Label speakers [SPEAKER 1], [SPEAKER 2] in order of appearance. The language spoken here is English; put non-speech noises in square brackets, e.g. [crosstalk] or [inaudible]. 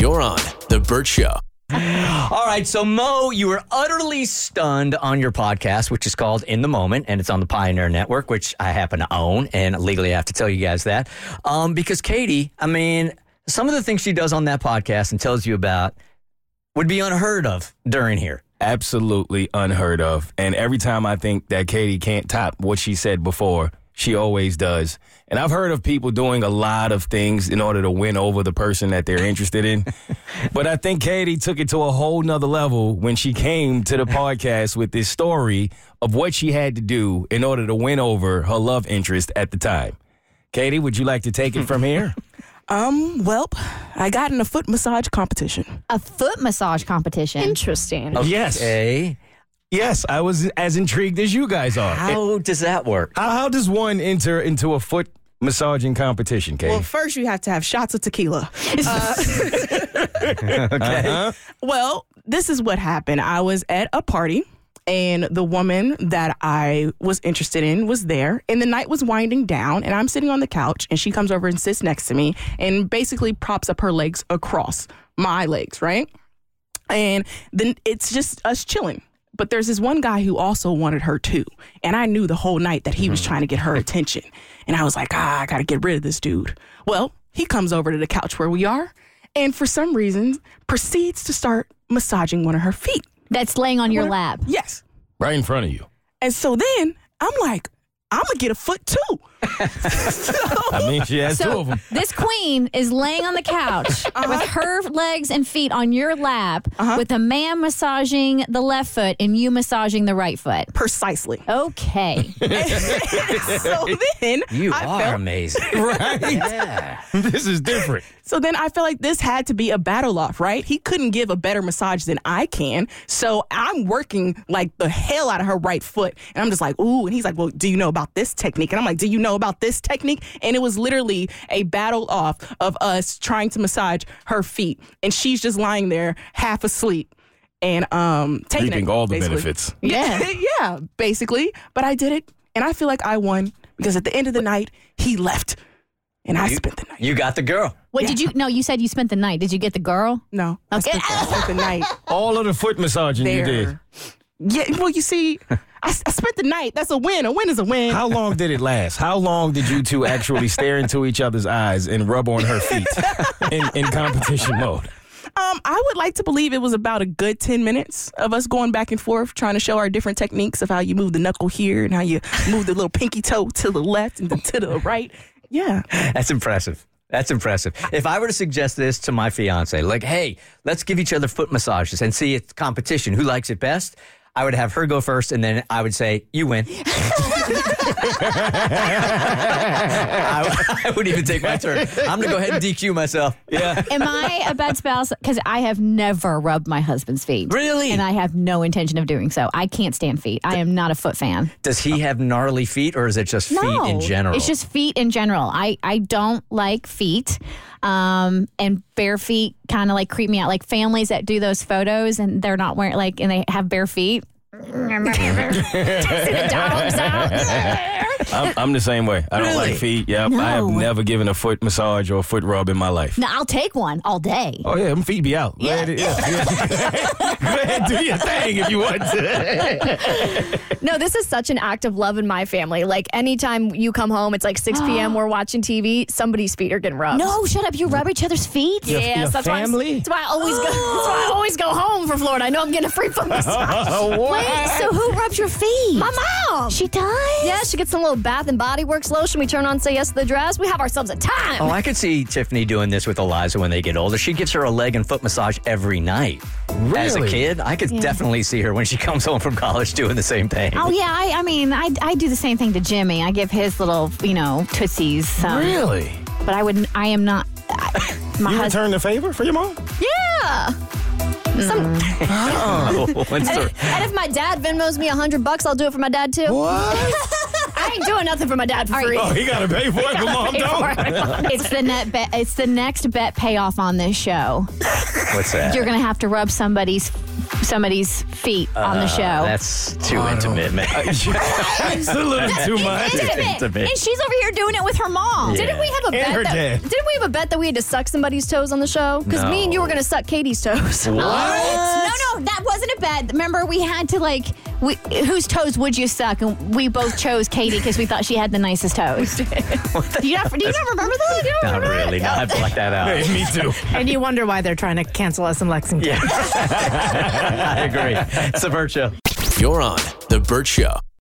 [SPEAKER 1] You're on The Burt Show.
[SPEAKER 2] All right, so Mo, you were utterly stunned on your podcast, which is called In the Moment, and it's on the Pioneer Network, which I happen to own, and legally I have to tell you guys that. Um, because Katie, I mean, some of the things she does on that podcast and tells you about would be unheard of during here.
[SPEAKER 3] absolutely unheard of. And every time I think that Katie can't top what she said before, she always does. And I've heard of people doing a lot of things in order to win over the person that they're interested in. but I think Katie took it to a whole nother level when she came to the podcast with this story of what she had to do in order to win over her love interest at the time. Katie, would you like to take it from here?
[SPEAKER 4] Um, welp, I got in a foot massage competition.
[SPEAKER 5] A foot massage competition.
[SPEAKER 6] Interesting.
[SPEAKER 3] Yes.
[SPEAKER 2] Okay.
[SPEAKER 3] Yes, I was as intrigued as you guys are.
[SPEAKER 2] How does that work?
[SPEAKER 3] How, how does one enter into a foot massaging competition, Kate?
[SPEAKER 4] Well, first you have to have shots of [laughs] tequila. Uh,
[SPEAKER 3] Uh-huh.
[SPEAKER 4] Well, this is what happened. I was at a party and the woman that I was interested in was there and the night was winding down and I'm sitting on the couch and she comes over and sits next to me and basically props up her legs across my legs, right? And then it's just us chilling. But there's this one guy who also wanted her too. And I knew the whole night that he
[SPEAKER 2] Mm-hmm.
[SPEAKER 4] was trying to get her attention. And I was like, ah, I gotta get rid of this dude. Well, he comes over to the couch where we are and for some reason proceeds to start massaging one of her feet.
[SPEAKER 5] That's laying on your lap.
[SPEAKER 4] Yes.
[SPEAKER 3] Right in front of you.
[SPEAKER 4] And so then I'm like, I'm gonna get a foot too. So-
[SPEAKER 3] I mean, she has two of
[SPEAKER 5] So
[SPEAKER 3] them.
[SPEAKER 5] this queen is laying on the [laughs] couch with her legs and feet on your lap, with a man massaging the left foot and you massaging the right foot.
[SPEAKER 4] Precisely. [laughs]
[SPEAKER 3] [laughs]
[SPEAKER 5] Okay.
[SPEAKER 2] [laughs]
[SPEAKER 4] so then
[SPEAKER 2] You
[SPEAKER 4] I
[SPEAKER 2] are
[SPEAKER 4] felt
[SPEAKER 2] amazing.
[SPEAKER 3] Right?
[SPEAKER 2] yeah.
[SPEAKER 3] [laughs] This is different.
[SPEAKER 4] So then I feel like this had to be a battle off, right? He couldn't give a better massage than I can. So I'm working like the hell out of her right foot. And I'm just like, ooh. And he's like, well, do you know about this technique? And I'm like, do you know about this technique? And it was literally a battle off of us trying to massage her feet. And she's just lying there half asleep and um taking
[SPEAKER 3] Reaping
[SPEAKER 4] it,
[SPEAKER 3] all the
[SPEAKER 4] basically.
[SPEAKER 3] benefits.
[SPEAKER 4] Yeah. [laughs] yeah, basically. But I did it. And I feel like I won because at the end of the night, he left. And I spent the night.
[SPEAKER 2] You got the girl.
[SPEAKER 5] What did you? No, you said you spent the night. Did you get the girl?
[SPEAKER 4] No. I
[SPEAKER 5] Okay.
[SPEAKER 4] spent the- I spent the night
[SPEAKER 3] All of the foot massaging [laughs]
[SPEAKER 4] there.
[SPEAKER 3] you did.
[SPEAKER 4] Yeah, well, you see, I, I spent the night. That's a win. A win is a win.
[SPEAKER 3] How long did it last? How long did you two actually stare into each other's eyes and rub on her feet in, in competition mode?
[SPEAKER 4] Um, I would like to believe it was about a good 10 minutes of us going back and forth, trying to show our different techniques of how you move the knuckle here and how you move the little pinky toe to the left and then to the right. Yeah.
[SPEAKER 2] That's impressive. That's impressive. If I were to suggest this to my fiance, like, hey, let's give each other foot massages and see it's competition. Who likes it best? I would have her go first, and then I would say, "You
[SPEAKER 5] [laughs]
[SPEAKER 2] win." [laughs] I, I wouldn't even take my turn. I'm gonna go ahead and DQ myself. Yeah,
[SPEAKER 5] Am I a bad spouse? Because I have never rubbed my husband's feet.
[SPEAKER 2] really.
[SPEAKER 5] And I have no intention of doing so. I can't stand feet. I am not a foot fan.
[SPEAKER 2] Does he have gnarly feet, or is it just feet
[SPEAKER 5] no,
[SPEAKER 2] in general?
[SPEAKER 5] It's just feet in general. I, I don't like feet. Um, and bare feet kind of like creep me out. Like families that do those photos and they're not wearing like and they have bare feet. Testing the dogs out.
[SPEAKER 3] I'm, I'm the same way. I don't
[SPEAKER 2] Really?
[SPEAKER 3] like feet. Yeah, I have
[SPEAKER 5] No.
[SPEAKER 3] never given a foot massage or a foot rub in my life.
[SPEAKER 5] no, I'll take one all day.
[SPEAKER 3] Oh yeah, them feet be out. Go
[SPEAKER 5] Yeah.
[SPEAKER 3] ahead, [laughs] Go ahead, do your thing if you want to.
[SPEAKER 6] No, this is such an act of love in my family. Like anytime you come home, it's like [gasps] 6 p.m. We're watching TV. Somebody's feet are getting rubbed.
[SPEAKER 5] No, shut up. You rub each other's feet?
[SPEAKER 6] Yes,
[SPEAKER 3] your
[SPEAKER 6] that's
[SPEAKER 3] family?
[SPEAKER 6] Why I'm- that's why I always [gasps] go. That's why I always go home for Florida. I know I'm getting a free foot [laughs] massage.
[SPEAKER 5] Wait, so who rubs your feet?
[SPEAKER 6] My mom.
[SPEAKER 5] She does?
[SPEAKER 6] yeah, she gets some little Bath and Body Works lotion. We turn on Say Yes to the Dress. We have ourselves a time.
[SPEAKER 2] Oh, I could see Tiffany doing this with Eliza when they get older. She gives her a leg and foot massage every night. As a
[SPEAKER 3] Really?
[SPEAKER 2] kid, I could definitely see her when she [laughs] comes home from college doing the same thing.
[SPEAKER 5] Oh yeah, I, I mean, I, I do the same thing to Jimmy. I give his little, you know, tootsies. um,
[SPEAKER 3] Really?
[SPEAKER 5] But I would, I am not. I, my
[SPEAKER 3] You
[SPEAKER 5] husband.
[SPEAKER 3] return the favor for your mom?
[SPEAKER 6] Yeah. Some,
[SPEAKER 2] [laughs] What's
[SPEAKER 6] and,
[SPEAKER 2] her-
[SPEAKER 6] if, and if my dad Venmos me a hundred bucks, I'll do it for my dad too.
[SPEAKER 3] What?
[SPEAKER 6] [laughs] I ain't doing nothing for my dad for free.
[SPEAKER 3] oh, [laughs] he gotta pay for it, but mom don't.
[SPEAKER 5] [laughs] It's the net bet. It's the next bet payoff on this show.
[SPEAKER 2] What's that?
[SPEAKER 5] You're gonna have to rub somebody's somebody's feet on the show.
[SPEAKER 2] Uh, That's too intimate, man.
[SPEAKER 3] it's a little [laughs] too much.
[SPEAKER 5] Intimate.
[SPEAKER 2] Intimate.
[SPEAKER 5] And she's over here doing it with her mom.
[SPEAKER 2] Yeah.
[SPEAKER 6] Didn't we have a bet?
[SPEAKER 3] her
[SPEAKER 6] that,
[SPEAKER 3] dad.
[SPEAKER 6] Didn't we have a bet that we had to suck somebody's toes on the show? Because me and you were going to suck Katie's toes. [laughs]
[SPEAKER 5] No, no, Oh, that wasn't a bet. Remember, we had to like, we, whose toes would you suck? And we both chose Katie because we thought she had the nicest
[SPEAKER 2] [laughs]
[SPEAKER 5] toes. do you not, do you not remember that? You
[SPEAKER 2] [laughs]
[SPEAKER 5] don't
[SPEAKER 2] Not
[SPEAKER 5] remember that?
[SPEAKER 2] really. No, I blacked that out.
[SPEAKER 3] Me too.
[SPEAKER 1] And you wonder why they're trying to cancel us in Lexington.
[SPEAKER 2] I agree. It's a Burt show.
[SPEAKER 7] You're on The Burt Show.